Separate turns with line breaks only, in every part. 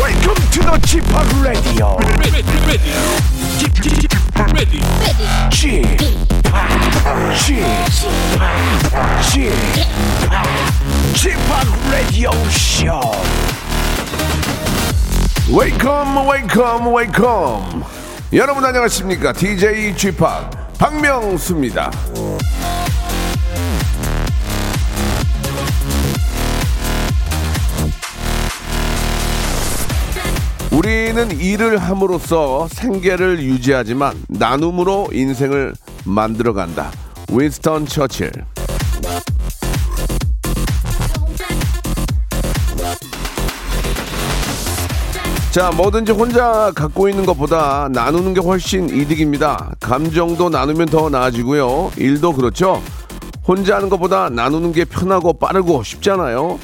Welcome to the g p o p Radio.
ready, ready, ready, ready,
g p o p g p o p g p o p Radio Show.
웨이컴 웨이컴 웨이컴 여러분 안녕하십니까 DJ g p o 박명수입니다 우리는 일을 함으로써 생계를 유지하지만 나눔으로 인생을 만들어간다 윈스턴 처칠 자, 뭐든지 혼자 갖고 있는 것보다 나누는 게 훨씬 이득입니다. 감정도 나누면 더 나아지고요. 일도 그렇죠. 혼자 하는 것보다 나누는 게 편하고 빠르고 쉽잖아요.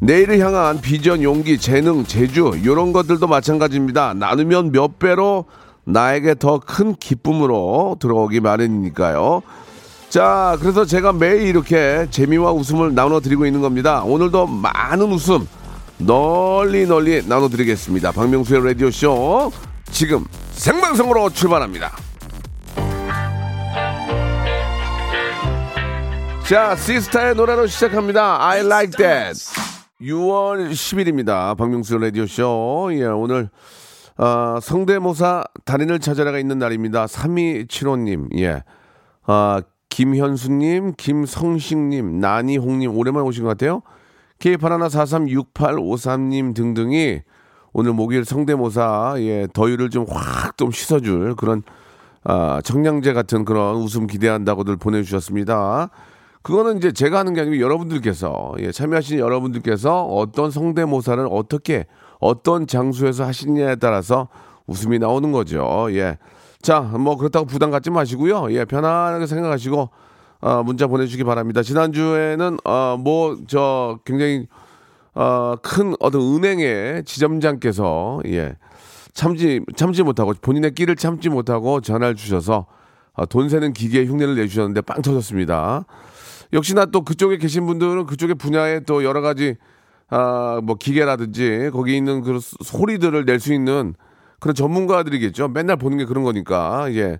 내일을 향한 비전, 용기, 재능, 재주 이런 것들도 마찬가지입니다. 나누면 몇 배로 나에게 더 큰 기쁨으로 들어오기 마련이니까요. 자, 그래서 제가 매일 이렇게 재미와 웃음을 나눠드리고 있는 겁니다. 오늘도 많은 웃음 널리 널리 나눠드리겠습니다. 박명수의 라디오쇼 지금 생방송으로 출발합니다. 자, 시스타의 노래로 시작합니다. I like that. 6월 10일입니다. 박명수 라디오쇼. 예, 오늘 아, 성대모사 달인을 찾아라가 있는 날입니다. 3275님, 예. 아, 김현수님, 김성식님, 나니홍님, 오랜만에 오신 것 같아요. K81436853님 등등이 오늘 목요일 성대모사, 예, 더위를 좀 확 좀 씻어줄 그런, 아, 청량제 같은 그런 웃음 기대한다고들 보내주셨습니다. 그거는 이제 제가 하는 게 아니고 여러분들께서, 예, 참여하신 여러분들께서 어떤 성대모사를 어떻게, 어떤 장소에서 하시느냐에 따라서 웃음이 나오는 거죠. 예. 자, 뭐 그렇다고 부담 갖지 마시고요. 예, 편안하게 생각하시고 아, 문자 보내주시기 바랍니다. 지난주에는 아, 뭐저 굉장히 아, 큰 어떤 은행의 지점장께서 예, 참지 참지 못하고 본인의 끼를 참지 못하고 전화를 주셔서 아, 돈 세는 기계에 흉내를 내주셨는데 빵 터졌습니다. 역시나 또 그쪽에 계신 분들은 그쪽의 분야에 또 여러 가지 아, 뭐 기계라든지 거기 있는 그 소- 소리들을 낼 수 있는 그런 전문가들이겠죠. 맨날 보는 게 그런 거니까. 예.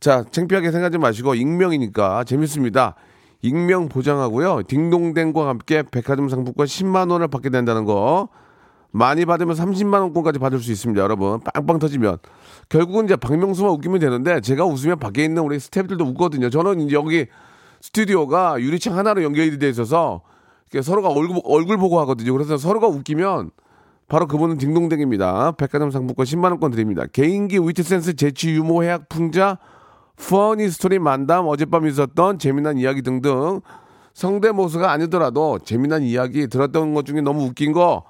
자, 창피하게 생각하지 마시고 익명이니까 재밌습니다. 익명 보장하고요. 딩동댕과 함께 백화점 상품권 10만 원을 받게 된다는 거 많이 받으면 30만 원권까지 받을 수 있습니다, 여러분. 빵빵 터지면 결국은 이제 박명수만 웃기면 되는데 제가 웃으면 밖에 있는 우리 스태프들도 웃거든요. 저는 이제 여기 스튜디오가 유리창 하나로 연결이 돼 있어서 이렇게 서로가 얼굴 얼굴 보고 하거든요. 그래서 서로가 웃기면 바로 그분은 딩동댕입니다. 백화점 상품권 10만 원권 드립니다. 개인기 위트센스 재치 유모 해학 풍자 퍼니 스토리 만담 어젯밤 있었던 재미난 이야기 등등 성대모사가 아니더라도 재미난 이야기 들었던 것 중에 너무 웃긴 거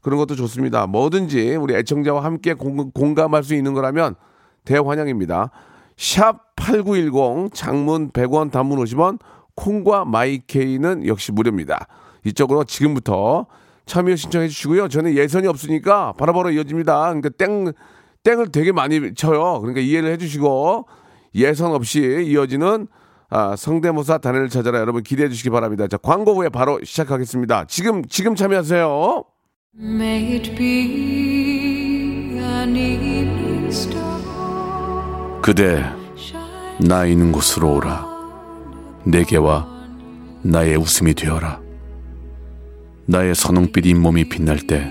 그런 것도 좋습니다. 뭐든지 우리 애청자와 함께 공, 공감할 수 있는 거라면 대환영입니다. 샵 8910 장문 100원 단문 50원 콩과 마이케이는 역시 무료입니다. 이쪽으로 지금부터 참여 신청해 주시고요. 저는 예선이 없으니까 바로바로 이어집니다. 그러니까 땡 땡을 되게 많이 쳐요. 그러니까 이해를 해 주시고 예선 없이 이어지는 아, 성대모사 단어를 찾아라 여러분 기대해 주시기 바랍니다. 자, 광고 후에 바로 시작하겠습니다. 지금 지금 참여하세요.
May it be an evening star
그대
shine
나 있는 곳으로 오라 내게와 나의 웃음이 되어라 나의 선홍빛 잇몸이 빛날 때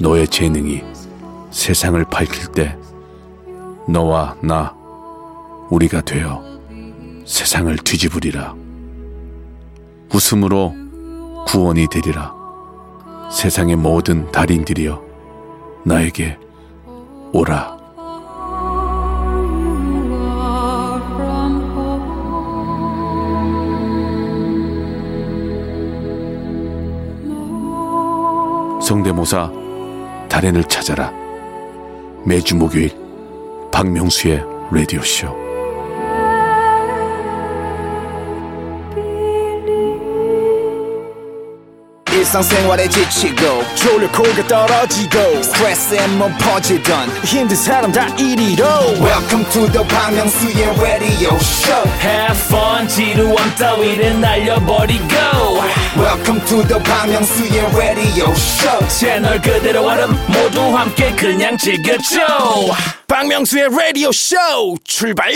너의 재능이 세상을 밝힐 때 너와 나 우리가 되어 세상을 뒤집으리라 웃음으로 구원이 되리라 세상의 모든 달인들이여 나에게 오라
far from
성대모사 달인을 찾아라 매주 목요일 박명수의 라디오 쇼.
이
일상생활에 지치고, 졸려 코가 떨어지고, 스트레스에 몸 퍼지던, 힘든 사람 다 이리로. welcome to the Bang Myung-soo's radio show
Have fun 지루함 따위를 날려버리고
welcome to the Bang Myung-soo's radio show
채널 그대로 얼음 모두 함께 그냥 즐겨줘
박명수의 라디오 쇼 출발!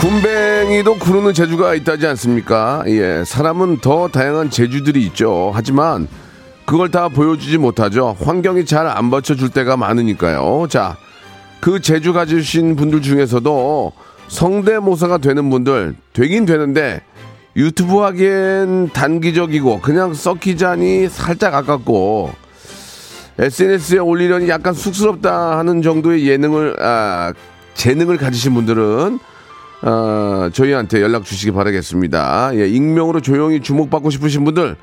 군뱅이도 구르는 재주가 있다지 않습니까? 예, 사람은 더 다양한 재주들이 있죠. 하지만 그걸 다 보여주지 못하죠. 환경이 잘 안 받쳐줄 때가 많으니까요. 자, 그 재주 가지신 분들 중에서도 성대모사가 되는 분들 되긴 되는데 유튜브 하기엔 단기적이고 그냥 썩히자니 살짝 아깝고 SNS에 올리려니 약간 쑥스럽다 하는 정도의 예능을 아, 재능을 가지신 분들은 아, 저희한테 연락 주시기 바라겠습니다. 예, 익명으로 조용히 주목받고 싶으신 분들,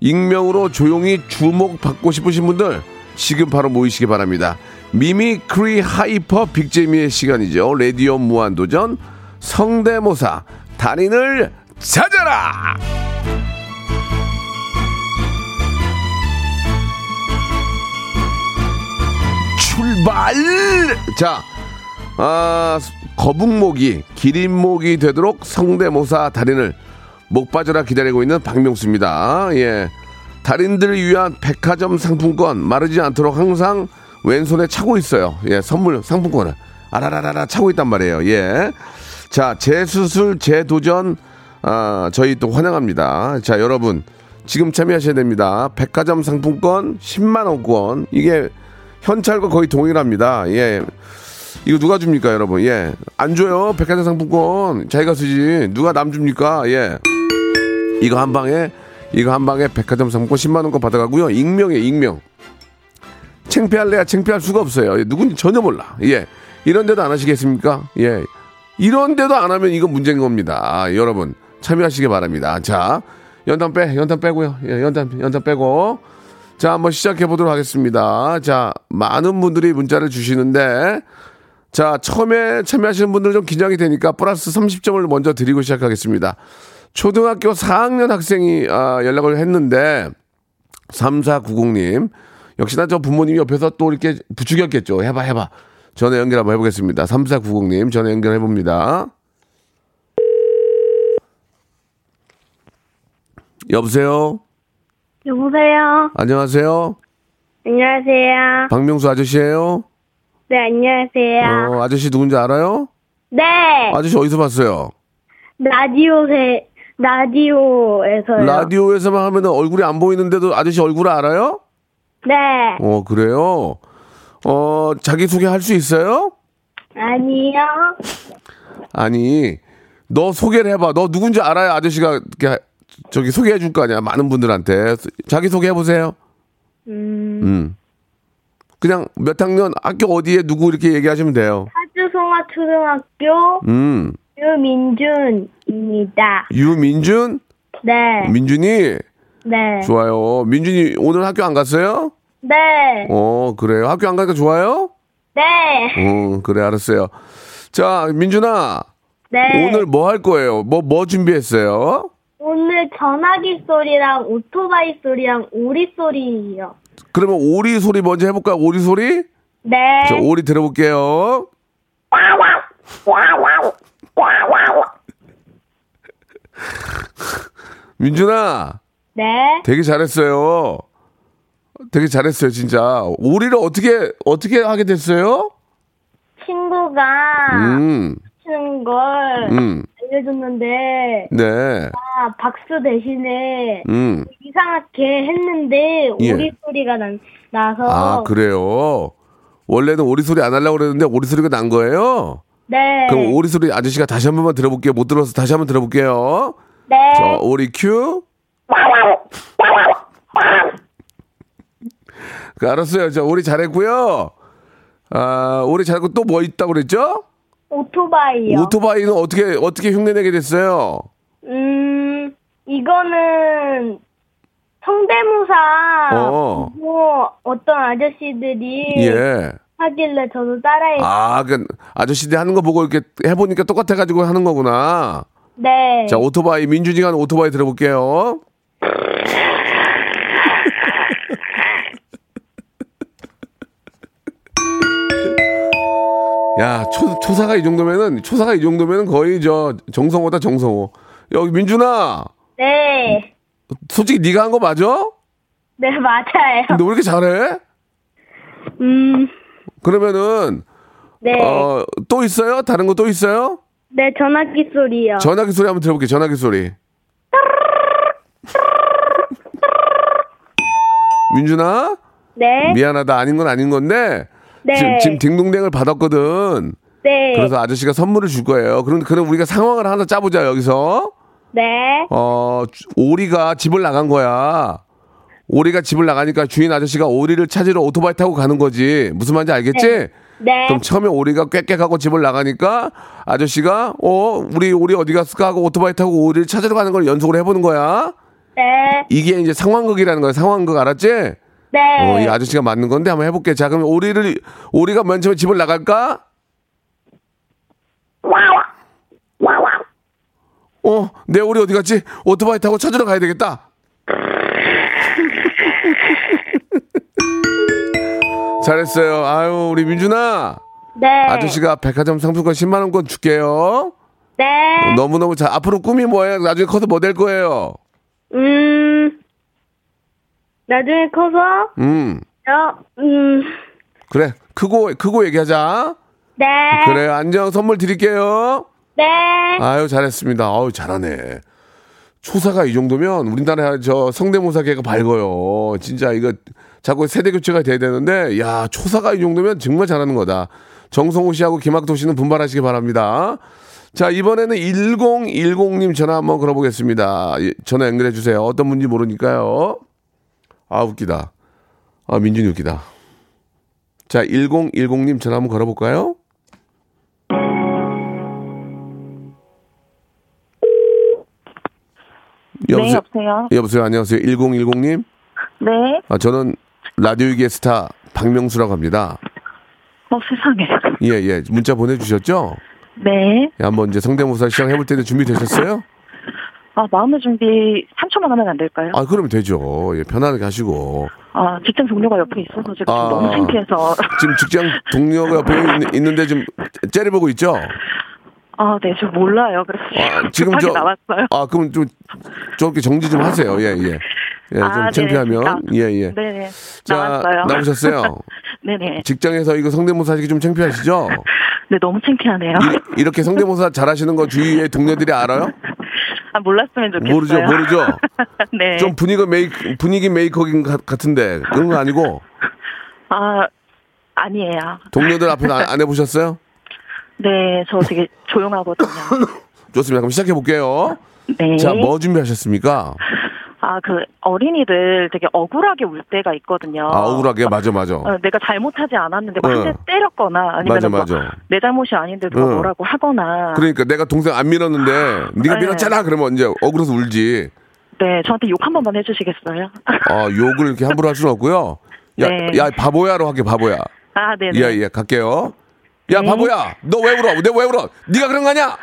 익명으로 조용히 주목받고 싶으신 분들, 지금 바로 모이시기 바랍니다. 미미크리 하이퍼 빅재미의 시간이죠. 레디오 무한도전 성대모사 달인을 찾아라! 출발! 자, 아, 거북목이 기린목이 되도록 성대모사 달인을 목 빠져라 기다리고 있는 박명수입니다. 예. 달인들을 위한 백화점 상품권 마르지 않도록 항상 왼손에 차고 있어요. 예, 선물 상품권을 아라라라라 차고 있단 말이에요. 예. 자, 재수술, 재도전 아, 저희 또 환영합니다. 자, 여러분 지금 참여하셔야 됩니다. 백화점 상품권 10만 원권. 이게 현찰과 거의 동일합니다. 예. 이거 누가 줍니까, 여러분? 예. 안 줘요. 백화점 상품권. 자기가 쓰지. 누가 남 줍니까? 예. 이거 한 방에, 이거 한 방에 백화점 상품권 10만원권 받아가고요. 익명이에요, 익명. 창피할래야 창피할 수가 없어요. 예, 누군지 전혀 몰라. 예. 이런데도 안 하시겠습니까? 예. 이런데도 안 하면 이건 문제인 겁니다. 아, 여러분, 참여하시기 바랍니다. 자, 연탄 빼, 연탄 빼고요. 예, 연탄, 연탄 빼고. 자, 한번 시작해 보도록 하겠습니다. 자, 많은 분들이 문자를 주시는데, 자, 처음에 참여하시는 분들 좀 긴장이 되니까 플러스 30점을 먼저 드리고 시작하겠습니다. 초등학교 4학년 학생이 아, 연락을 했는데 3490님 역시나 저 부모님이 옆에서 또 이렇게 부추겼겠죠. 해봐 해봐. 전화 연결 한번 해보겠습니다. 3490님 전화 연결해 봅니다. 여보세요.
여보세요.
안녕하세요.
안녕하세요.
박명수 아저씨예요.
네, 안녕하세요.
어, 아저씨 누군지 알아요?
네,
아저씨 어디서 봤어요?
라디오에 라디오에서요.
라디오에서만 하면 얼굴이 안 보이는데도 아저씨 얼굴 알아요?
네,
어, 그래요? 어, 자기소개 할 수 있어요?
아니요.
아니, 너 소개를 해봐. 너 누군지 알아야 아저씨가 이렇게 하- 저기 소개해 줄 거 아니야. 많은 분들한테. 자기소개 해보세요.
음,
음. 그냥 몇 학년, 학교 어디에 누구 이렇게 얘기하시면 돼요.
파주송화 초등학교
음.
유민준입니다.
유민준?
네,
민준이?
네,
좋아요. 민준이 오늘 학교 안 갔어요?
네,
어, 그래요. 학교 안 가니까 좋아요?
네,
어, 그래, 알았어요. 자, 민준아.
네.
오늘 뭐 할 거예요? 뭐, 뭐 준비했어요?
오늘 전화기 소리랑 오토바이 소리랑 오리 소리요.
그러면 오리 소리 먼저 해볼까요? 오리 소리?
네,
자, 오리 들어볼게요. 민준아,
네.
되게 잘했어요. 되게 잘했어요, 진짜. 오리를 어떻게, 어떻게 하게 됐어요?
친구가
음,
치는 걸
음,
알려줬는데
네,
아, 박수 대신에
음.
이상하게 했는데
예.
오리 소리가 난, 나서
아, 그래요? 원래는 오리 소리 안 하려고 그랬는데 오리 소리가 난 거예요?
네.
그럼 오리 소리 아저씨가 다시 한 번만 들어볼게요. 못 들어서 다시 한 번 들어볼게요.
네.
자, 오리 큐. 그, 알았어요. 자, 오리 잘했고요. 아, 오리 잘했고 또 뭐 있다고 그랬죠?
오토바이요.
오토바이는 어떻게 어떻게 흉내내게 됐어요?
음 이거는 성대모사
어.
뭐 어떤 아저씨들이
예.
하길래 저도 따라했는데
아, 그 아저씨들 하는 거 보고 이렇게 해보니까 똑같아 가지고 하는 거구나.
네,
자, 오토바이 민준이가 하는 오토바이 들어볼게요. 야, 초, 초사가 이 정도면은 초사가 이 정도면은 거의 저 정성호다 정성호. 여기 민준아,
네.
솔직히 네가 한 거 맞아?
네, 맞아요.
근데 왜 이렇게 잘해?
음,
그러면은
네.
어, 또 있어요? 다른 거 또 있어요?
네, 전화기 소리요.
전화기 소리 한번 들어볼게요. 전화기 소리. 민준아,
네.
미안하다. 아닌 건 아닌 건데
네.
지금, 지금 딩동댕을 받았거든.
네.
그래서 아저씨가 선물을 줄 거예요. 그럼 그럼 우리가 상황을 하나 짜보자 여기서.
네.
어, 주- 오리가 집을 나간 거야. 오리가 집을 나가니까 주인 아저씨가 오리를 찾으러 오토바이 타고 가는 거지. 무슨 말인지 알겠지?
네.
그럼 처음에 오리가 꽥꽥하고 집을 나가니까 아저씨가 어 우리 오리 어디 갔을까 하고 오토바이 타고 오리를 찾으러 가는 걸 연속으로 해보는 거야.
네.
이게 이제 상황극이라는 거야. 상황극 알았지? 어,
네.
이 아저씨가 맞는 건데 한번 해볼게. 자 그럼 오리를 오리가 맨 처음에 집을 나갈까? 어, 내 오리 어디 갔지? 오토바이 타고 찾으러 가야 되겠다. 잘했어요. 아유 우리 민준아.
네.
아저씨가 백화점 상품권 10만 원권 줄게요.
네.
너무너무 잘 앞으로 꿈이 뭐예요? 나중에 커서 뭐 될 거예요?
음. 나중에 커서
음.
저 음.
그래. 크고 크고 얘기하자.
네.
그래. 안녕. 선물 드릴게요.
네.
아유, 잘했습니다. 아유, 잘하네. 초사가 이 정도면 우리나라 저 성대모사계가 밝아요. 진짜 이거 자꾸 세대 교체가 돼야 되는데 야, 초사가 이 정도면 정말 잘하는 거다. 정성호 씨하고 김학도 씨는 분발하시기 바랍니다. 자, 이번에는 1010님 전화 한번 걸어보겠습니다. 예, 전화 연결해 주세요. 어떤 분인지 모르니까요. 아, 웃기다. 아, 민준이 웃기다. 자, 1010님 전화 한번 걸어볼까요?
네, 여보세요.
여보세요. 안녕하세요. 1010님.
네.
아, 저는 라디오계의 스타 박명수라고 합니다.
어, 세상에.
예, 예. 문자 보내주셨죠?
네.
예, 한번 이제 성대모사 시작해볼 텐데 준비되셨어요?
아, 마음의 준비 3초만 하면 안 될까요?
아, 그러면 되죠. 예, 편안하게 하시고.
아, 직장 동료가 옆에 있어서 제가
아.
지금 너무 창피해서.
지금 직장 동료가 옆에 있- 있는데 지금 째려보고 있죠?
아, 네, 저 몰라요. 그래서
아,
지금 급하게 나왔어요.
아, 그럼 좀, 저렇게 정지 좀 하세요. 예, 예. 예, 좀
아, 네,
창피하면.
진짜.
예, 예.
네네.
자,
나왔어요.
나오셨어요?
네네.
직장에서 이거 성대모사 하시기 좀 창피하시죠?
네, 너무 창피하네요.
이- 이렇게 성대모사 잘하시는 거 주위의 동료들이 알아요?
아, 몰랐으면 좋겠어요.
모르죠, 모르죠.
네.
좀 분위기 메이크 분위기 메이커인 것 같은데 그런 거 아니고
아, 아니에요.
동료들 앞에서 안, 안 해보셨어요?
네, 저 되게 조용하거든요.
좋습니다. 그럼 시작해 볼게요.
네.
자, 뭐 준비하셨습니까?
아, 그 어린이들 되게 억울하게 울 때가 있거든요.
아, 억울하게 맞아, 맞아.
어, 내가 잘못하지 않았는데 막
어.
한대 때렸거나 아니면
맞아,
뭐
맞아.
내 잘못이 아닌데 누가
어.
뭐라고 하거나
그러니까 내가 동생 안 밀었는데 네가
네.
밀었잖아. 그러면 이제 억울해서 울지.
네 저한테 욕 한 번만 해주시겠어요?
아, 욕을 이렇게 함부로 할 수는 없고요. 야,
네.
야, 바보야로 하게 바보야.
아 네네 네.
예, 예, 갈게요. 야, 바보야, 너 왜 울어? 내 왜 울어? 네가 그런 거 아니야?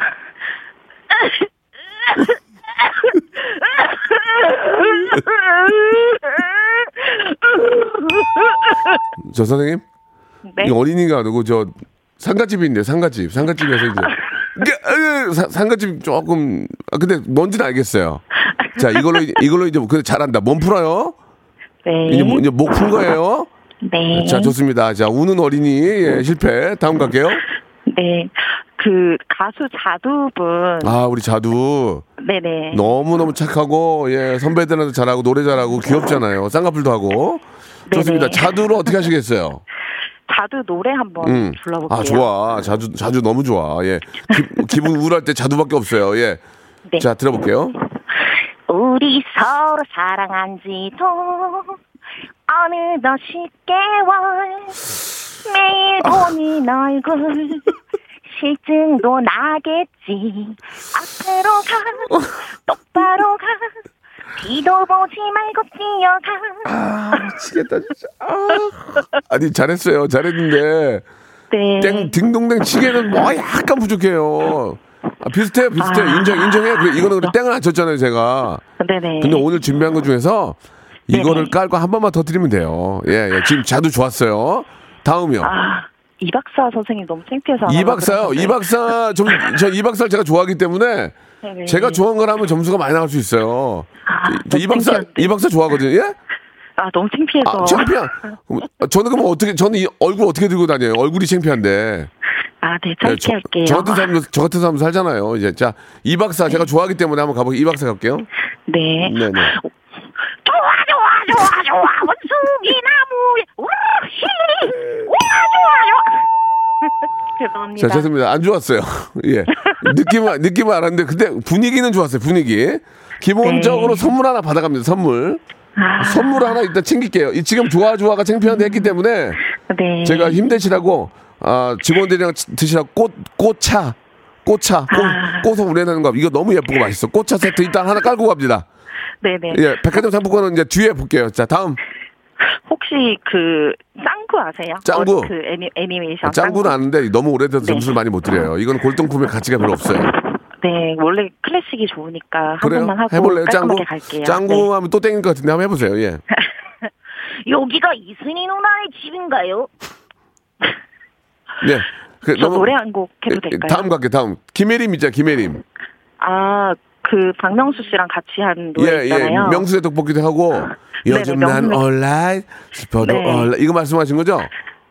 저 선생님,
네.
이 어린이가 아니고 저 상가집인데 상가집, 상가집에서 이제 이게, 으, 사- 상가집 조금 아, 근데 뭔지는 알겠어요. 자, 이걸로 이- 이걸로 이제 근데 잘한다. 몸 풀어요.
네.
이제 뭐- 이제 목 푼 거예요.
네.
자, 좋습니다. 자, 우는 어린이 예, 실패. 다음 갈게요.
네. 그 가수 자두분
아, 우리 자두.
네네
너무너무 착하고 예 선배들한테 잘하고 노래 잘하고 귀엽잖아요 쌍꺼풀도 하고 좋습니다
네네.
자두로 어떻게 하시겠어요?
자두 노래 한번
음.
불러볼게요.
아 좋아 자주 자주 너무 좋아 예 기, 분 우울할 때 자두밖에 없어요 예자
네.
들어볼게요
우리 서로 사랑한지도 어느덧 10개월 매일
아.
보는 얼굴 실증도 나겠지 똑바로
어.
가 똑바로 가 뒤도 보지 말고
아,
뛰어가
미치겠다 진짜. 아. 아니 잘했어요. 잘했는데
네
땡 딩동댕 치기에는 뭐 약간 부족해요. 아, 비슷해요, 비슷해. 요
아.
인정, 인정해. 그래, 이거는 그래, 땡을 안 쳤잖아요, 제가.
네네
근데 오늘 준비한 것 중에서 이거를
네네.
깔고 한 번만 더 드리면 돼요. 예, 예. 지금 자두 좋았어요. 다음이요.
아 네. 이박사 선생님 너무 창피해서 안
이
하려고
박사요.
그랬는데.
이 박사 좀 저 이 박사를 제가 좋아하기 때문에
네네. 아,
제가 좋아한 걸 하면 점수가 많이 나갈 수 있어요. 저 이 박사
창피한데.
이 박사 좋아하거든요. 예?
아 너무 창피해서
아, 창피한. 그럼 저는 그럼 어떻게 저는 이 얼굴 어떻게 들고 다녀요? 얼굴이 창피한데.
아네
예,
짧게
저,
할게요
저 같은 사람도 저 같은 사람 살잖아요. 이제 자 이 박사 제가 좋아하기 때문에 한번 가보 이 박사 갈게요.
네
네네.
좋아 좋아 좋아 좋아 원숭이 나무에 우히 우와 좋아 좋아 죄송합니다
자 죄송합니다. 안 좋았어요. 예 느낌은 느낌은 알았는데 근데 분위기는 좋았어요. 분위기. 기본적으로
네.
선물 하나 받아갑니다. 선물.
아,
선물 하나 일단 챙길게요. 이 지금 좋아 좋아가 창피한데 했기 때문에
네
제가 힘내시라고 아, 직원들이랑 치- 드시라고 꽃 꽃차 꽃차
아.
꽃, 꽃을 우려내는 거 이거 너무 예쁘고 맛있어. 꽃차 세트 일단 하나 깔고 갑니다.
네네
예, 백화점 상품권은 이제 뒤에 볼게요. 자 다음
혹시 그 짱구 아세요?
짱구.
어, 그 애니, 애니메이션
짱구는 아는데 너무 오래돼서
네.
점수를 많이 못 드려요. 이건 골동품의 가치가 별로 없어요.
네 원래 클래식이 좋으니까 한
그래요?
번만 하고
해볼래요, 짱구?
깔끔하게 갈게요
짱구 하면 또 땡길 것 같은데 한번 해보세요. 예.
네. 여기가 이순희 누나의 집인가요?
예. 그,
저 노래 한 곡 해도 될까요?
다음 갈게요. 다음 김혜림 있죠. 김혜림.
아 그 박명수 씨랑 같이 한 노래
예, 예.
있잖아요 아,
명수의 떡볶이도 하고 요즘
네네,
난
명수의-
얼라이 싶어도
네.
얼라이 이거 말씀하신 거죠?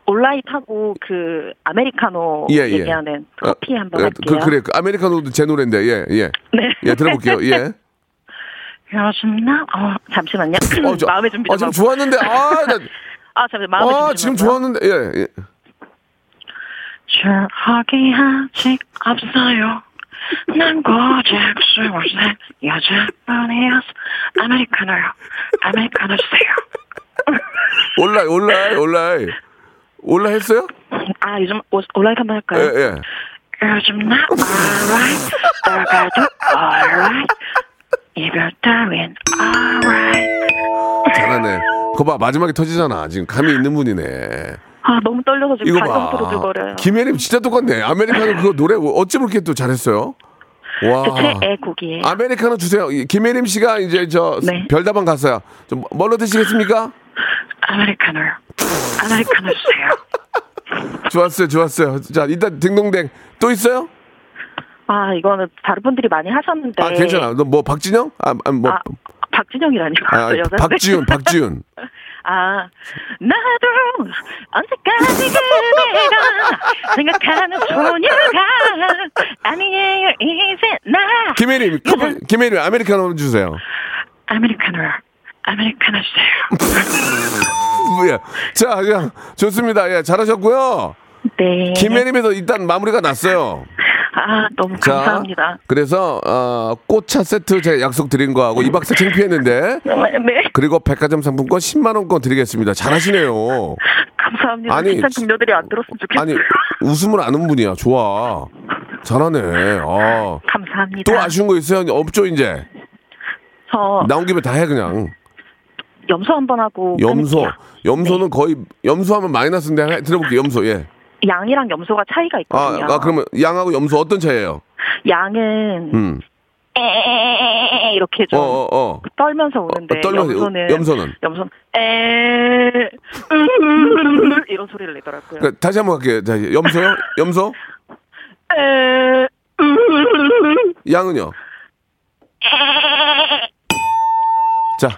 온라인하고 그 아메리카노
예, 예.
얘기하는 커피
어,
한번
예,
할게요
그, 그래. 그 아메리카노도 제 노래인데. 예, 예.
네.
예, 들어볼게요. 예.
요즘 나 어, 잠시만요
어, 저-
마음의 준비 좀
어, 지금
하고.
좋았는데. 아, 나,
아 잠시만 마음의
아,
준비 좀
지금
하고요.
좋았는데. 예. 예.
하게 아직 없어요. 난 고작 스물 살 여자분이었어. 아메리카노요. 아메리카노 주세요.
올라이, 올라이, 올라이. 올라 했어요?
아 요즘 오- 온라인 한번
예,
할까요?
예.
요즘 나 alright, 나가도 alright, 이별 따윈 alright.
잘하네. 거봐 마지막에 터지잖아. 지금 감이 있는 분이네.
아 너무 떨려서 지금
이거
발성
봐.
부들거려요.
김혜림 진짜 똑같네. 아메리카노 그거 노래 어찌 그렇게 또 잘했어요? 와.
제 애곡이에요.
아메리카노 주세요. 이 김혜림 씨가 이제 저
네.
별다방 갔어요. 좀 뭘로 드시겠습니까?
아메리카노요. 아메리카노 주세요.
좋았어요, 좋았어요. 자, 일단 딩동댕 또 있어요?
아 이거는 다른 분들이 많이 하셨는데.
아, 괜찮아. 너 뭐 박진영? 아, 아, 뭐
네. 아, 박진영이라니요.
아,
여자
박지윤, 박지윤.
아, 나도 언제까지 그대가 생각하는 소녀가 아니에요, 이제 나.
김혜림, 커피, 김혜림 아메리카노 주세요.
아메리카노, 아메리카노 주세요.
예. 자, 그냥 좋습니다. 예, 잘하셨고요.
네.
김혜림에서 일단 마무리가 났어요.
아, 너무
자,
감사합니다.
그래서 어, 꽃차 세트 제가 약속 드린 거하고 이 박사 창피했는데
네,
그리고 백화점 상품권 10만 원권 드리겠습니다. 잘하시네요.
감사합니다.
아니,
비싼 금녀들이 안 들었으면 좋겠어요.
아니 웃음을 아는 분이야. 좋아. 잘하네. 아.
감사합니다.
또 아쉬운 거 있어요? 없죠 이제.
저
나온 김에 다 해 그냥.
염소 한번 하고
염소.
끊을게요.
염소는 거의 염소하면 마이너스인데 해- 들어볼게요. 염소. 예.
양이랑 염소가 차이가
아,
있거든요.
아 그러면 양하고 염소 어떤 차이예요?
양은
음.
에에에에 이렇게 좀
어, 어, 어.
떨면서 오는데
어, 떨면서,
염소는
염소는?
염소는 에 으으으으으 이런 소리를 내더라고요.
그러니까 다시 한번 갈게요. 다시. 염소요? 염소?
에 으으으으으
양은요? 자,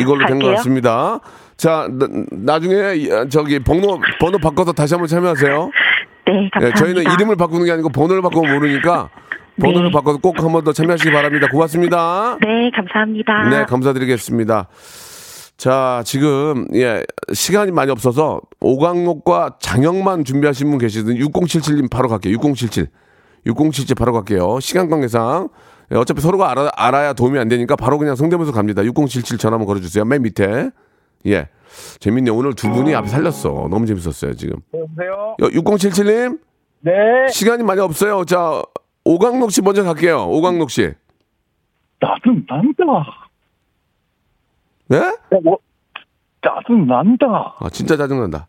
이걸로 된 것
갈게요.
같습니다. 자, 나, 중에 저기 번호 번호 바꿔서 다시 한번 참여하세요.
네,
예,
감사합니다.
저희는 이름을 바꾸는 게 아니고 번호를 바꾸면 모르니까 번호를
네.
바꿔서 꼭 한 번 더 참여하시기 바랍니다. 고맙습니다.
네, 감사합니다.
네, 감사드리겠습니다. 자, 지금 예, 시간이 많이 없어서 오광록과 장영만 준비하신 분 계시든 6077님 바로 갈게요. 6077. 6077 바로 갈게요. 시간 관계상 예, 어차피 서로가 알아, 알아야 도움이 안 되니까 바로 그냥 성대모사 갑니다. 6077 전화 한번 걸어주세요. 맨 밑에. 예. 재밌네요. 오늘 두 분이 앞에 살렸어. 너무 재밌었어요, 지금. 여보세요? 6077님? 네. 시간이 많이 없어요. 자, 오강록 씨 먼저 갈게요. 오강록 씨.
짜증난다.
네?
어, 짜증난다.
아 진짜 짜증난다.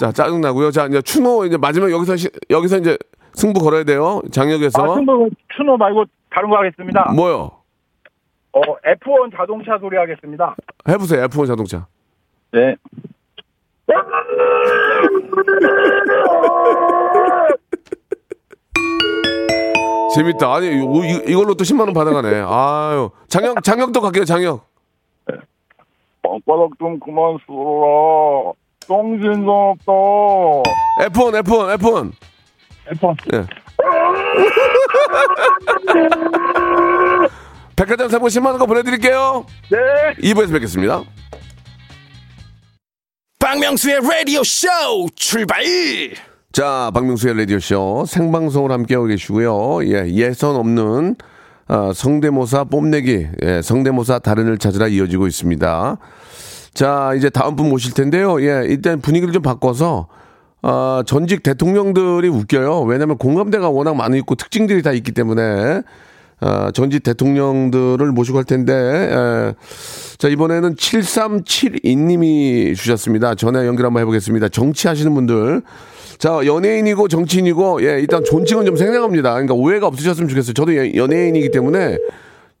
자 짜증 나고요. 자 이제 추노 이제 마지막 여기서 시- 여기서 이제 승부 걸어야 돼요.
아,
장혁에서
친구, 추노 말고 다른 거 하겠습니다.
뭐요?
어, F1 자동차 소리 하겠습니다.
해보세요. F1 자동차.
네.
재밌다. 아니 이- 이- 이걸로 또 10만 원 받아가네. 아유 장혁 장혁도 갈게요. 장혁.
뻥바닥 어, 좀 그만 쏘라. 정신 좀 없다.
F1 F1 F1.
F1.
예. 백화점 상품 10만 원거 보내드릴게요.
네.
2부에서 뵙겠습니다.
박명수의 라디오 쇼 출발!
자, 박명수의 라디오쇼 생방송을 함께하고 계시고요. 예, 예선 없는 아, 성대모사 뽐내기, 예, 성대모사 다른을 찾으라 이어지고 있습니다. 자, 이제 다음 분 모실 텐데요. 예, 일단 분위기를 좀 바꿔서 아, 전직 대통령들이 웃겨요. 왜냐면 공감대가 워낙 많이 있고 특징들이 다 있기 때문에 아, 전직 대통령들을 모시고 할 텐데 예, 자, 이번에는 7372님이 주셨습니다. 전화 연결 한번 해보겠습니다. 정치하시는 분들. 자, 연예인이고 정치인이고, 예, 일단 존칭은 좀 생략합니다. 그러니까 오해가 없으셨으면 좋겠어요. 저도 예- 연예인이기 때문에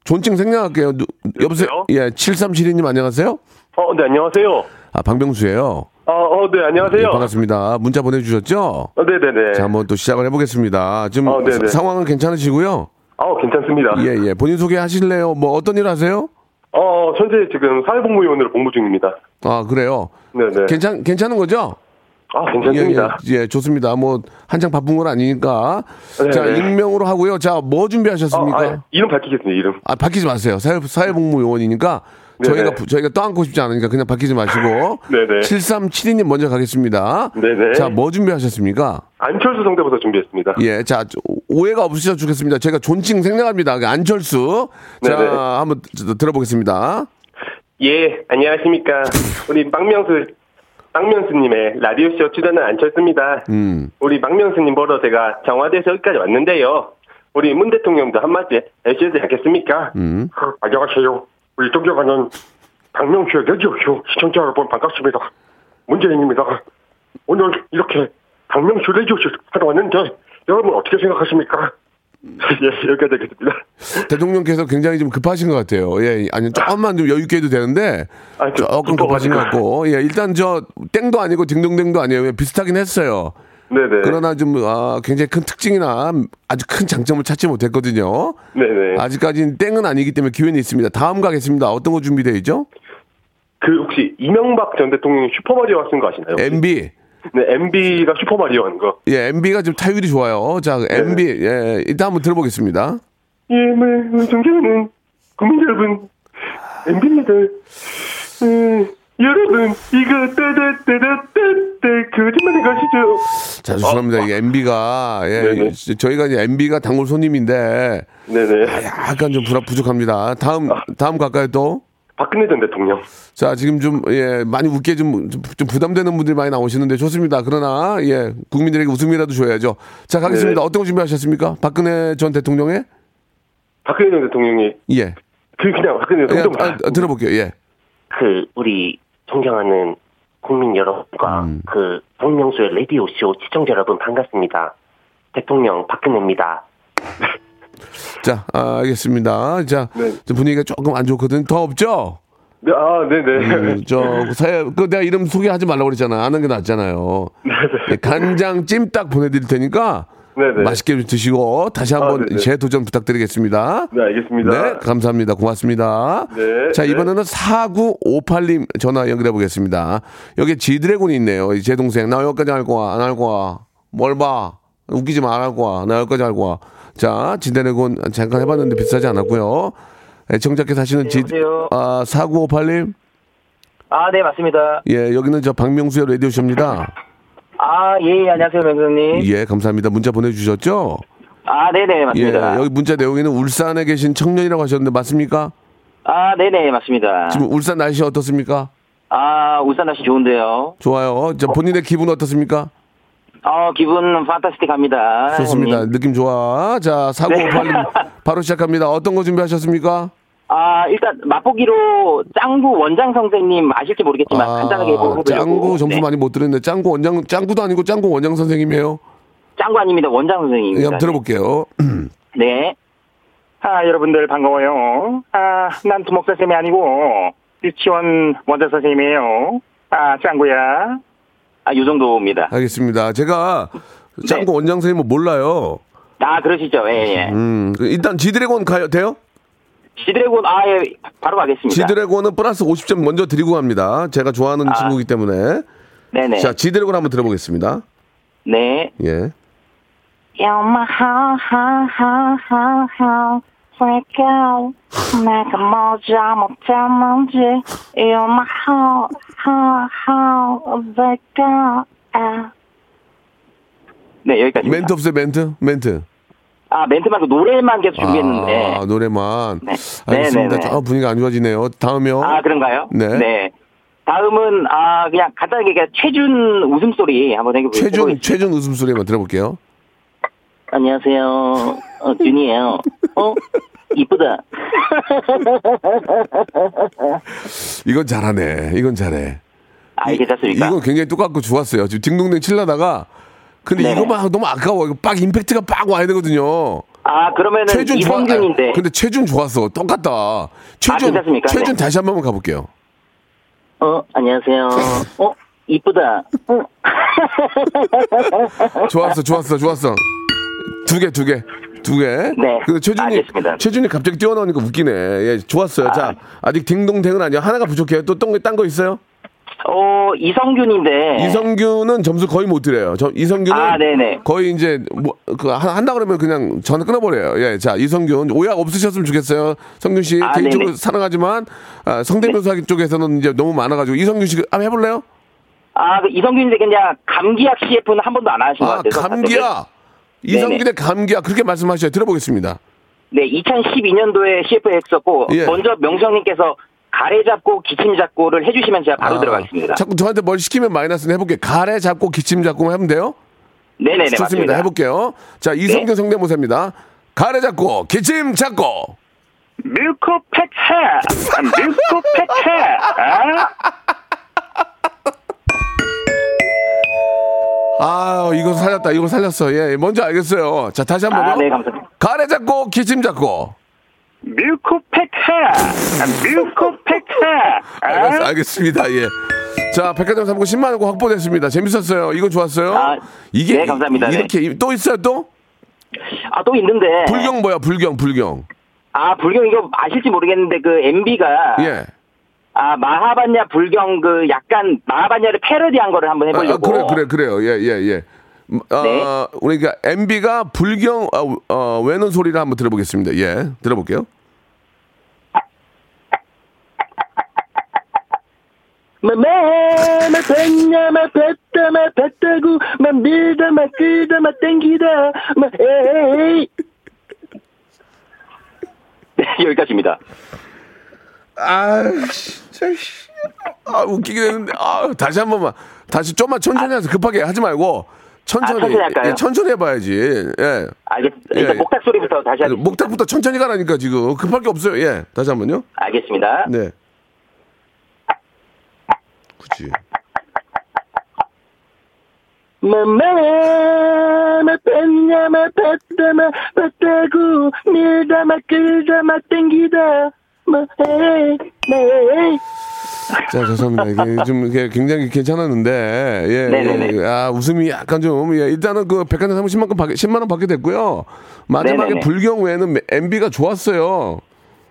존칭 생략할게요. 누- 여보세요? 예, 7372님 안녕하세요?
어, 네, 안녕하세요.
아, 방병수예요
아, 어, 네,
예,
안녕하세요.
반갑습니다. 문자 보내주셨죠?
어, 네네네.
자, 뭐- 한번 또 시작을 해보겠습니다. 지금
어, 네네.
사- 상황은 괜찮으시고요?
아, 괜찮습니다.
예, 예. 본인 소개 하실래요? 뭐 어떤 일 하세요?
어, 현재 지금 사회복무요원으로 복무 중입니다.
아, 그래요?
네네.
괜찮, 괜찮은 거죠?
아, 괜찮습니다.
예, 예, 예, 좋습니다. 뭐 한창 바쁜 건 아니니까.
네,
자,
네.
익명으로 하고요. 자, 뭐
어,
준비하셨습니까?
아, 이름 밝히겠습니다, 이름.
아, 바뀌지 마세요. 사회 사회복무 요원이니까
네,
저희가
네.
부- 저희가 떠안고 싶지 않으니까 그냥 바뀌지 마시고.
네, 네.
7372님 먼저 가겠습니다.
네, 네.
자, 뭐 준비하셨습니까?
안철수 성대모사 준비했습니다.
예, 자, 저- 오해가 없으셔 주겠습니다. 제가 존칭 생략합니다. 그 안철수. 자,
네, 네.
한번 저- 들어보겠습니다.
예, 안녕하십니까. 우리 박명수, 박명수님의 라디오쇼 출연한 안철수입니다.
음.
우리 박명수님 보러 제가 청와대에서 여기까지 왔는데요. 우리 문 대통령도 한마디 해주셔도 되겠습니까?
음.
안녕하세요. 우리 동경하는 박명수의 레디오쇼 시청자 여러분 반갑습니다. 문재인입니다. 오늘 이렇게 박명수 레디오쇼 하러 왔는데 여러분 어떻게 생각하십니까?
음.
예, 여기까지 하겠습니다.
대통령께서 굉장히 좀 급하신 것 같아요. 예, 아니 조금만 좀 여유 있게 해도 되는데
아, 좀
조금 급하신 것 같고, 예, 일단 저 땡도 아니고 딩동댕도 아니에요. 예, 비슷하긴 했어요.
네네.
그러나 좀 아, 굉장히 큰 특징이나 아주 큰 장점을 찾지 못했거든요.
네네.
아직까지는 땡은 아니기 때문에 기회는 있습니다. 다음 가겠습니다. 어떤 거 준비되어 있죠?
그 혹시 이명박 전 대통령이 슈퍼마리오 하신 거 아시나요?
MB.
네, MB가 슈퍼마리오 하는 거.
예, MB가 좀 타율이 좋아요. 자,
네.
MB. 예, 일단 한번 들어보겠습니다.
예, 존경하는 국민 여러분, MB입니다. 예, 여러분, 이거 따다따다따다 거짓말인 것이죠?
자, 죄송합니다. 이 MB가 예,
아, 네네.
저희가 이제 MB가 단골 손님인데
네네.
약간 좀 불합 부족합니다. 다음
아.
다음 갈까요 또?
박근혜 전 대통령.
자 지금 좀 예 많이 웃게 좀, 좀, 좀 부담되는 분들이 많이 나오시는데 좋습니다. 그러나 예 국민들에게 웃음이라도 줘야죠. 자 가겠습니다.
네.
어떤 거 준비하셨습니까? 박근혜 전 대통령의
박근혜 전 대통령이
예,
그 그냥 박근혜
예
대통령.
아, 아, 들어볼게요. 예.
그 우리 존경하는 국민 여러분과 그 박명수의 라디오 쇼 시청자 여러분 반갑습니다. 대통령 박근혜입니다.
자 아, 알겠습니다. 자
네.
좀 분위기가 조금 안 좋거든. 더 없죠?
네, 아, 네네.
음, 저 사회 그 내가 이름 소개하지 말라고 그랬잖아. 아는 게 낫잖아요. 예, 간장 찜닭 보내드릴 테니까
네, 네네. 아,
맛있게 좀 드시고 다시 한번
네네.
재도전 부탁드리겠습니다.
네, 알겠습니다.
네, 감사합니다. 고맙습니다.
네,
자,
네.
이번에는 4958님 전화 연결해 보겠습니다. 여기 지드래곤이 있네요. 이 제 동생. 나 여기까지 할 거야. 안 할 거야. 뭘 봐. 웃기지 말할 거야. 나 여기까지 할 거야. 자, 지드래곤 잠깐 해봤는데 비싸지 않았고요. 애청자께서
네,
하시는 지,
여보세요?
아, 4958님.
아, 네, 맞습니다.
예, 여기는 저 박명수의 라디오쇼입니다.
아, 예, 예, 안녕하세요,
네.
명수님.
예, 감사합니다. 문자 보내주셨죠?
아, 네네,
예,
맞습니다.
여기 문자 내용에는 울산에 계신 청년이라고 하셨는데 맞습니까?
아, 네네, 맞습니다.
지금 울산 날씨 어떻습니까?
아, 울산 날씨 좋은데요.
좋아요. 저 본인의 기분 어떻습니까?
어, 기분 판타스틱합니다.
좋습니다.
형님.
느낌 좋아. 자, 사고
아, 네.
빨리 바로 시작합니다. 어떤 거 준비하셨습니까?
아, 일단 맛보기로 짱구 원장 선생님 아실지 모르겠지만 네, 간단하게 뭐
아,
보고 네.
짱구 점수 많이 못 들었는데 짱구 원장 짱구도 아니고 짱구 원장 선생님이에요.
짱구 아닙니다. 원장
예,
선생님입니다.
한번 들어볼게요.
네.
아, 여러분들 반가워요. 아, 난 두목사 쌤이 아니고 유치원 원장 선생님이에요. 아, 짱구야.
아, 요 정도입니다.
알겠습니다. 제가 짱구 원장 선생님은 뭐 몰라요.
아, 그러시죠. 예, 예.
음, 그 일단 지드래곤 가요 돼요?
지드래곤, 아, 예, 바로 가겠습니다.
지드래곤은 플러스 50점 먼저 드리고 갑니다. 제가 좋아하는 친구이기 때문에.
네네.
자, 지드래곤 한번 들어보겠습니다.
네.
예.
You're my ho ho ho ho ho freak girl. 내가 모자 못한 뭔지. You're my ho ho ho freak girl. 아.
네, 여기까지.
멘트 없어요, 멘트? 멘트.
아, 멘트만 그 노래만 계속 준비했는데.
아, 노래만.
네,
알겠습니다.
네, 네.
아, 분위기 안 좋아지네요. 다음이요.
아, 그런가요?
네.
다음은, 아, 그냥 간단하게 그냥 최준 웃음소리 한번 해보겠습니다.
최준, 최준 웃음소리 한번 들어볼게요.
안녕하세요. 어, 준이에요. 어? 이쁘다.
이건 잘하네. 이건 잘해.
아, 이게 잤습니까?
이건 굉장히 똑같고 좋았어요. 지금 딩동댕 칠라다가. 근데
네네.
이거만 너무 아까워. 이거 빡 임팩트가 빡 와야 되거든요.
아, 그러면은
최준 좋아.
이성균인데.
아, 근데 최준 좋았어. 똑같다. 최준.
괜찮습니까?
최준
네.
다시 한 번만 가볼게요.
어, 안녕하세요. 어? 이쁘다. 어. 네?
좋았어, 좋았어, 좋았어. 두 개, 두 개, 두 개. 네. 근데 최준이 최준이 갑자기 뛰어나오니까 웃기네. 예, 좋았어요. 자, 아직 딩동댕은 아니야. 하나가 부족해요. 또딴거 있어요?
어, 이성균인데.
이성규는 점수 거의 못 드려요. 저 이성규는
예. 아, 네네.
거의 이제 뭐그 한다 그러면 그냥 전화 끊어버려요. 예, 자 이성균 오약 없으셨으면 좋겠어요. 성균 씨
아,
개인적으로
네네. 네.
사랑하지만 아, 성대묘사 쪽에서는 이제 너무 많아가지고 이성균 씨 한번 해볼래요?
아, 그 이성균인데 그냥 감기약 CF는 한 번도 안 하신 것
아,
같아요.
감기야. 이성균의 감기야 그렇게 말씀하셔요. 들어보겠습니다.
네, 2012년도에 CF 했었고,
예.
뭐, 먼저 명성님께서 가래 잡고 기침 잡고를 해주시면 제가 바로
아,
들어가겠습니다.
자꾸 저한테 뭘 시키면 마이너스는 해볼게. 가래 잡고 기침 잡고 하면 돼요?
네네네,
좋습니다.
맞습니다. 네.
해볼게요. 자, 이성균 성대모사입니다. 가래 잡고 기침 잡고.
밀코
아,
패차! 밀코 패차!
아, 이거 살렸다. 이거 살렸어. 예, 예, 뭔지 알겠어요. 자, 다시 한 번요.
아, 네, 감사합니다.
가래 잡고 기침 잡고.
밀코 패차!
아,
밀코 패차!
알겠, 알겠습니다. 예. 자, 백화점 상품 10만 원 확보됐습니다. 재밌었어요. 이거 좋았어요. 이게
네, 감사합니다.
이렇게 이- 또 있어요, 또?
아, 또 있는데.
불경 뭐야? 불경, 불경.
아, 불경 이거 아실지 모르겠는데, 그 MB가.
예.
아, 마하반야 불경 그 약간 마하반야를 패러디한 거를 한번
아,
해보려고.
그래, 그래, 그래요. 예, 예, 예. 음, 아,
어. 네.
우리가 MB가 불경 아, 어, 외는 소리를 한번 들어보겠습니다. 예, 들어볼게요.
마마 마냐 마 뱉다 마 뱉다구 마 밀다 마 끄다 마 땡기다 마 에이
네, 여기까지입니다.
아, 진짜. 씨. 아, 웃기긴 했는데. 아, 다시 한 번만. 다시 좀만 천천히 하세요. 급하게 하지 말고. 천천히.
아, 천천히 할까요?
예, 천천히 해봐야지. 예.
알겠습니다.
예,
일단
예.
목탁 소리부터 다시 하겠습니다.
목탁부터 천천히 가라니까 지금. 급할 게 없어요. 예. 다시 한 번요.
알겠습니다.
네. 그치.
마마 마 뱉냐 마 뱉다 마 뱉다구 밀다 마 끄다 마 땡기다
뭐,
마 에이 마
네.
에이
자, 죄송합니다. 이게 좀 이게 굉장히 괜찮았는데. 예,
네네네.
예. 아, 웃음이 약간 좀. 예. 일단은 그 백화점 상품 10만 원 받게, 10만 원 받게 됐고요. 마지막에
네네네.
불경 외에는 MB가 좋았어요.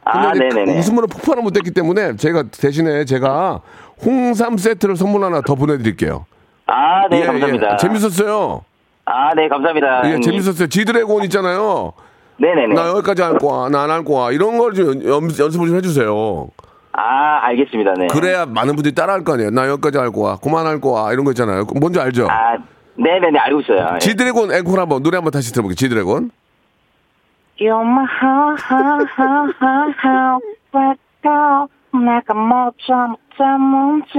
아,
근데 이제 그
네네네.
웃음으로 폭발을 못했기 때문에 제가 대신에 제가 홍삼 세트를 선물 하나 더 보내드릴게요.
아, 네,
예,
감사합니다.
예. 재밌었어요.
아, 네, 감사합니다.
예,
형님.
재밌었어요. 지드래곤 있잖아요.
네네네.
나 여기까지 할 거야. 나 안 할 거야. 이런 걸 좀 연습을 좀 해주세요.
아, 알겠습니다. 네.
그래야 많은 분들이 따라 할 거 아니에요. 나 여기까지 할 거야. 그만할 거야. 이런 거 있잖아요. 뭔지 알죠?
아, 네네네, 알고 있어요. 예.
지드래곤 앵콜 한번 노래 한번 다시 들어볼게요. 지드래곤.
You're my ho ho ho ho ho freak girl. 내가 모자 못한 뭔지.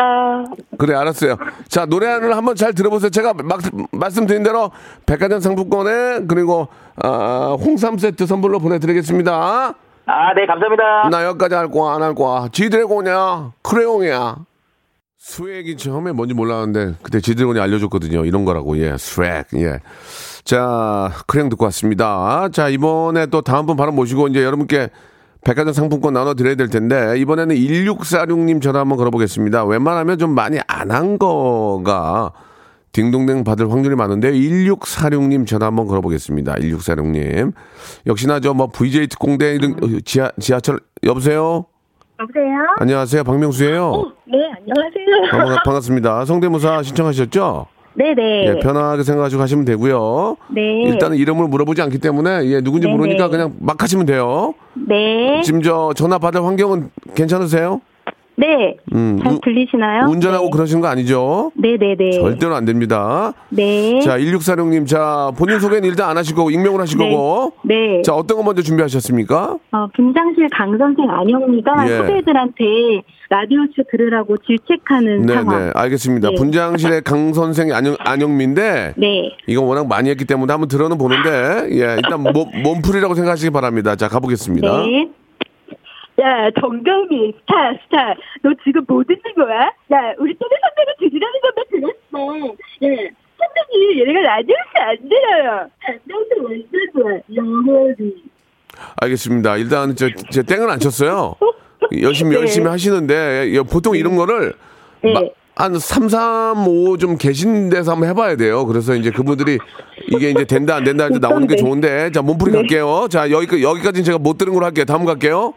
어,
그래 알았어요. 자 노래를 한번 잘 들어보세요. 제가 막, 말씀드린 대로 백화점 상품권에 그리고 아, 홍삼 세트 선물로 보내드리겠습니다.
아, 네, 감사합니다.
나 여기까지 할 거야 안 할 거야. 지드래곤이야 크레용이야. 스웩이 처음에 뭔지 몰랐는데 그때 지드래곤이 알려줬거든요. 이런 거라고 예 스웩 예. 자 크레용 듣고 왔습니다. 자 이번에 또 다음 분 바로 모시고 이제 여러분께 백화점 상품권 나눠드려야 될 텐데 이번에는 1646님 전화 한번 걸어보겠습니다. 웬만하면 좀 많이 안 한 거가 딩동댕 받을 확률이 많은데요. 1646님 전화 한번 걸어보겠습니다. 1646님. 역시나 저 뭐 VJ 특공대 이런 어, 지하, 지하철 여보세요?
여보세요?
안녕하세요. 박명수예요.
네, 안녕하세요.
반가- 반갑습니다. 성대모사 신청하셨죠?
네네.
예, 편하게 생각하시고 하시면 되고요.
네.
일단은 이름을 물어보지 않기 때문에 예, 누군지
네네.
모르니까 그냥 막 하시면 돼요.
네.
지금 저 전화 받을 환경은 괜찮으세요?
네.
음,
잘
우-
들리시나요?
운전하고 그러시는 거 아니죠?
아, 네. 네네네.
절대로 안 됩니다.
네.
자, 1646님, 자, 본인 소개는 일단 안 하실 거고, 익명을 하실
네.
거고.
네.
자, 어떤 거 먼저 준비하셨습니까?
어, 김장실 강선생 안영미가
예.
후배들한테 라디오쇼 들으라고 질책하는
네,
음, 상황.
네, 알겠습니다.
네.
분장실의 강 선생 안영, 안영미인데,
네.
이건 워낙 많이 했기 때문에 한번 들어는 보는데, 예, 일단 몸, 몸풀이라고 생각하시기 바랍니다. 자, 가보겠습니다.
네.
야, 정경미, 스타, 스타. 너 지금 뭐 듣는 거야? 야, 우리 태대 선배가 들으라는 것만 들었어. 예, 선배님, 얘네가 라디오에서 안 들어요. 안경도 완전 좋아. 영원히.
알겠습니다. 일단 저, 제 땡은 안 쳤어요. 열심히
네.
열심히 하시는데 예, 보통 이런 거를
네.
마- 한 3, 3, 5 좀 계신 데서 한번 해봐야 돼요. 그래서 이제 그분들이 이게 이제 된다 안 된다 해서 나오는 게
네.
좋은데 자 몸풀이 갈게요. 자 여기 여기까지는 제가 못 들은 걸로 할게요. 다음 갈게요.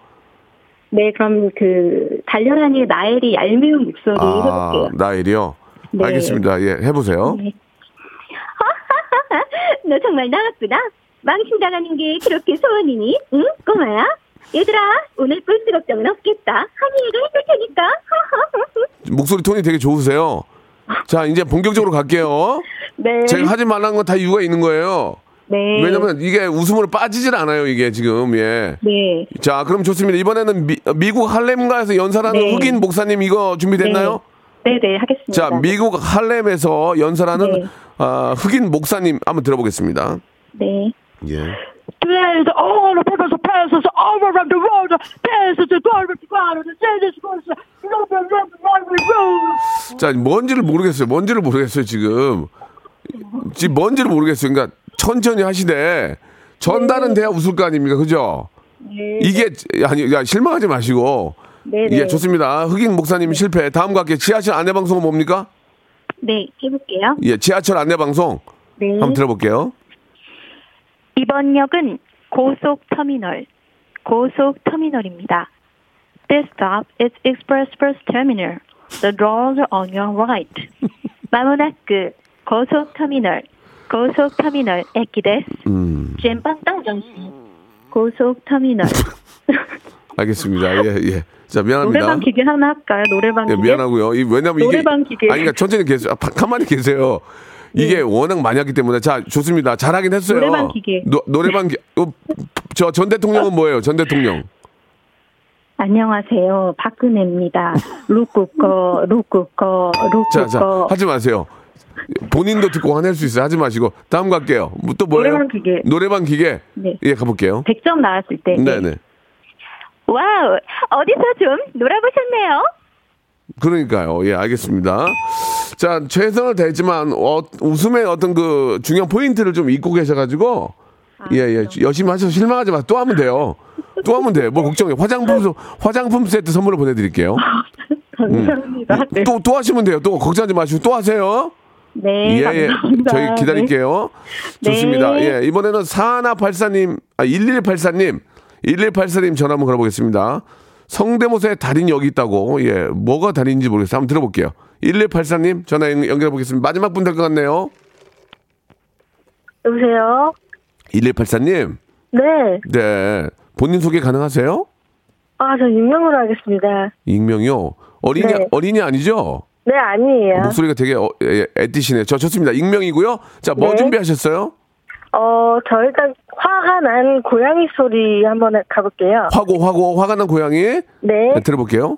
네, 그럼 그 달려라니 나엘이 얄미운 목소리
아
네, 해볼게요.
나일이요.
네.
알겠습니다. 예 해보세요.
너 정말 나왔구나. 망신당하는 게 그렇게 소원이니? 응, 꼬마야? 얘들아, 오늘 뿔스 걱정은 없겠다. 한이가 해줄 테니까.
목소리 톤이 되게 좋으세요. 자 이제 본격적으로 갈게요.
네.
제가 하지 말라는 건 다 이유가 있는 거예요.
네.
왜냐면 이게 웃음으로 빠지질 않아요. 이게 지금 예.
네.
자, 그럼 좋습니다. 이번에는 미, 국 할렘가에서 연설하는
네.
흑인 목사님 이거 준비됐나요?
네, 네, 하겠습니다.
자, 미국 할렘에서 연설하는
네.
아, 흑인 목사님 한번 들어보겠습니다.
네.
예.
Today, the all the people's persons all around the world, persons to all the world, the Jesus Christ, love and love and we rule.
자, 뭔지를 모르겠어요. 뭔지를 모르겠어요, 지금. 지금 뭔지를 모르겠어요. 그러니까 천천히 하시되
네.
전달은 돼야 웃을 거 아닙니까? 그죠? 이게 아니 야, 실망하지 마시고
네, 네.
예, 좋습니다. 흑인
네.
목사님 실패. 다음 갈게요. 지하철 안내 방송은 뭡니까?
네, 해볼게요.
예, 지하철 안내 방송
네.
음.
한번 들어볼게요.
이번 역은 고속터미널, 고속터미널입니다. This stop is Express Bus Terminal. The doors are on your right. 마모나크 고속터미널, 고속터미널 에키데스.
음.
젠빵땅 정신. 고속터미널.
알겠습니다. 예, 예. 자, 미안합니다.
노래방 기계 하나 할까요? 노래방
예,
기계.
미안하고요. 이, 왜냐면 이게
노래방 기계.
아니 그러니까 천천히 계세요. 아, 가- 가만히 계세요. 이게 워낙 많이 하기 때문에 자, 좋습니다. 잘하긴 했어요.
노래방 기계.
노, 노래방 기 어, 저전 대통령은 뭐예요? 전 대통령.
안녕하세요. 박근혜입니다. 루꾸꺼, 루꾸꺼,
자, 자.
루꾸꺼.
하지 마세요. 본인도 듣고 화낼 수 있어요. 하지 마시고 다음 갈게요. 뭐, 또 뭐예요?
노래방 기계.
노래방 기계.
네.
예, 가 볼게요.
100점 나왔을 때.
네, 네.
와우, 어디서 좀 놀아보셨네요?
그러니까요. 예, 알겠습니다. 자, 최선을 다했지만 어, 웃음의 어떤 그 중요한 포인트를 좀 잊고 계셔가지고 예, 예, 열심히 하셔서 실망하지 마. 또 하면 돼요. 또 하면 돼요. 뭐 걱정해. 화장품 소- 화장품 세트 선물로 보내드릴게요. 음.
감사합니다. 네.
또 또 하시면 돼요. 또 걱정하지 마시고 또 하세요. 예,
네,
예.
감사합니다.
저희 기다릴게요.
네.
좋습니다. 예, 이번에는 4184님, 아, 1184님, 1184님 전화 한번 걸어보겠습니다. 성대모사의 달인 여기 있다고, 예, 뭐가 달인인지 모르겠어요. 한번 들어볼게요. 1184님 전화 연결해보겠습니다. 마지막 분 될 것 같네요.
네. 여보세요?
1184님,
네.
네, 본인 소개 가능하세요?
아, 저 익명으로 하겠습니다.
익명요. 어린이,
네.
어린이 아니죠?
네, 아니에요.
목소리가 되게 어, 예, 예, 애띠시네요. 저 좋습니다. 익명이고요. 자, 뭐
네.
준비하셨어요?
어, 저 일단 화가 난 고양이 소리 한번 가볼게요.
네, 아, 화고, 화고, 화가 난 고양이.
네.
들어볼게요.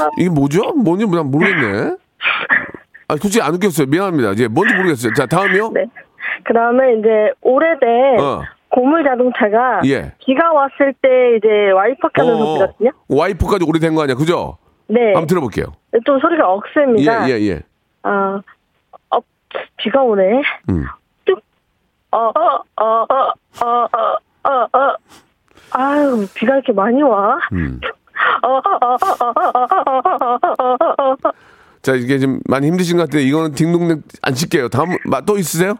어,
이게 뭐죠? 뭔지 난 모르겠네. 아, 솔직히 안 웃겼어요. 미안합니다. 이제 뭔지 모르겠어요. 자, 다음이요?
네. 그 다음에 이제 오래된
어.
고물 자동차가
예.
비가 왔을 때 이제 와이퍼 켜는
어.
소리거든요.
와이프까지 오래된 거 아니야, 그죠?
네.
한번 들어볼게요.
좀 소리가
예,
억셉니다.
예, 예.
아, 어, 비가 오네.
음.
어, 어, 어, 어, 어, 어, 어, 어. 아유, 비가 이렇게 많이 와.
음.
어, 어, 어, 어, 어, 어, 어, 어, 어, 어, 어, 어, 어, 어.
자, 이게 지금 많이 힘드신 것 같은데, 이거는 딩동댕 안 칠게요. 다음, 마- 또 있으세요?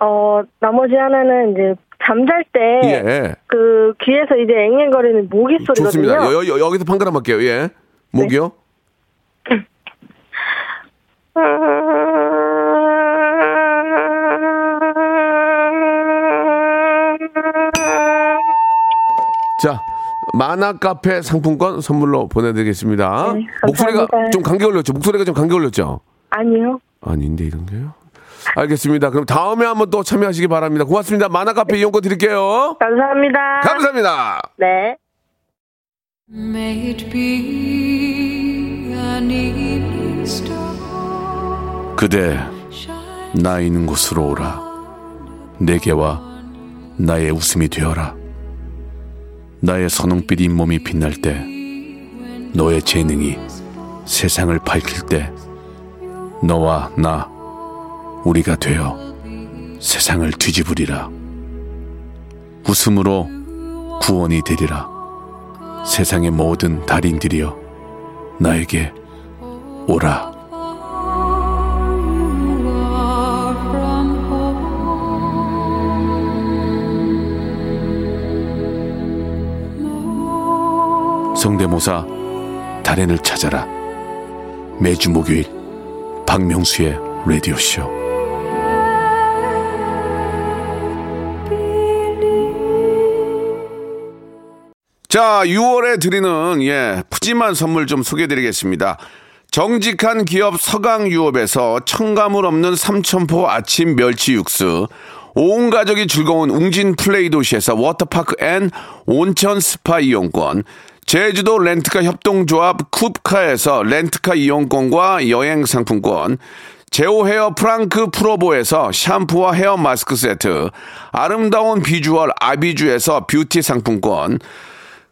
어, 나머지 하나는 이제 잠잘 때
예.
그 귀에서 이제 앵앵거리는 모기 소리거든요. 네.
좋습니다. 여, 여, 여기서 판가름 할게요. 예. 목이요? 자, 만화 카페 상품권 선물로 보내드리겠습니다.
네,
목소리가
감사합니다.
좀 감기 걸렸죠? 목소리가 좀 감기 걸렸죠?
아니요.
아닌데 이런 게요? 알겠습니다. 그럼 다음에 한번 또 참여하시기 바랍니다. 고맙습니다. 만화 카페 이용권 드릴게요.
감사합니다.
감사합니다.
네.
May it be an evening star.
그대 나 있는 곳으로 오라 내게와 나의 웃음이 되어라 나의 선홍빛 잇몸이 빛날 때 너의 재능이 세상을 밝힐 때 너와 나 우리가 되어 세상을 뒤집으리라 웃음으로 구원이 되리라 세상의 모든 달인들이여 나에게 오라 성대모사 달인을 찾아라 매주 목요일 박명수의 라디오 쇼.
자, 6월에 드리는 예, 푸짐한 선물 좀 소개해 드리겠습니다. 정직한 기업 서강유업에서 첨가물 없는 삼천포 아침 멸치 육수, 온 가족이 즐거운 웅진 플레이 도시에서 워터파크 앤 온천 스파 이용권, 제주도 렌트카 협동조합 쿱카에서 렌트카 이용권과 여행 상품권, 제오 헤어 프랑크 프로보에서 샴푸와 헤어 마스크 세트, 아름다운 비주얼 아비주에서 뷰티 상품권,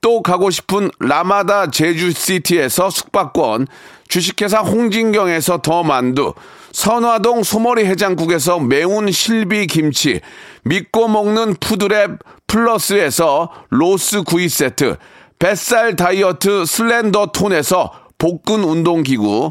또 가고 싶은 라마다 제주시티에서 숙박권, 주식회사 홍진경에서 더 만두, 선화동 소머리 해장국에서 매운 실비 김치, 믿고 먹는 푸드랩 플러스에서 로스 구이 세트, 뱃살 다이어트 슬렌더 톤에서 복근 운동기구,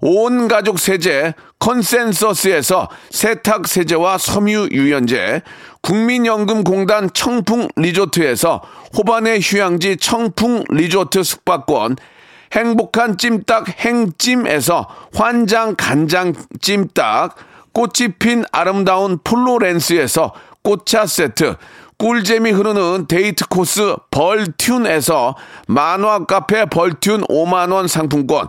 온 가족 세제 컨센서스에서 세탁 세제와 섬유 유연제 국민연금공단 청풍 리조트에서 호반의 휴양지 청풍 리조트 숙박권 행복한 찜닭 행찜에서 환장 간장 찜닭 꽃이 핀 아름다운 폴로렌스에서 꽃차 세트 꿀잼이 흐르는 데이트 코스 벌튠에서 만화 카페 벌튠 5만원 상품권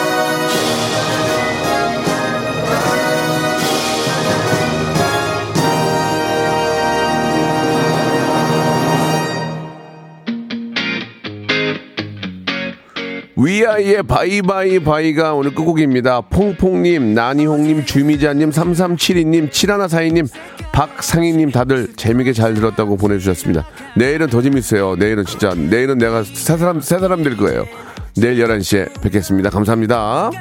위아이의 바이바이 바이가 오늘 끝곡입니다. 퐁퐁님, 나니홍님, 주미자님, 3372님, 7142님, 박상희님 다들 재미있게 잘 들었다고 보내주셨습니다. 내일은 더 재밌어요. 내일은 진짜, 내일은 내가 새 사람, 새 사람 될 거예요. 내일 11시에 뵙겠습니다. 감사합니다.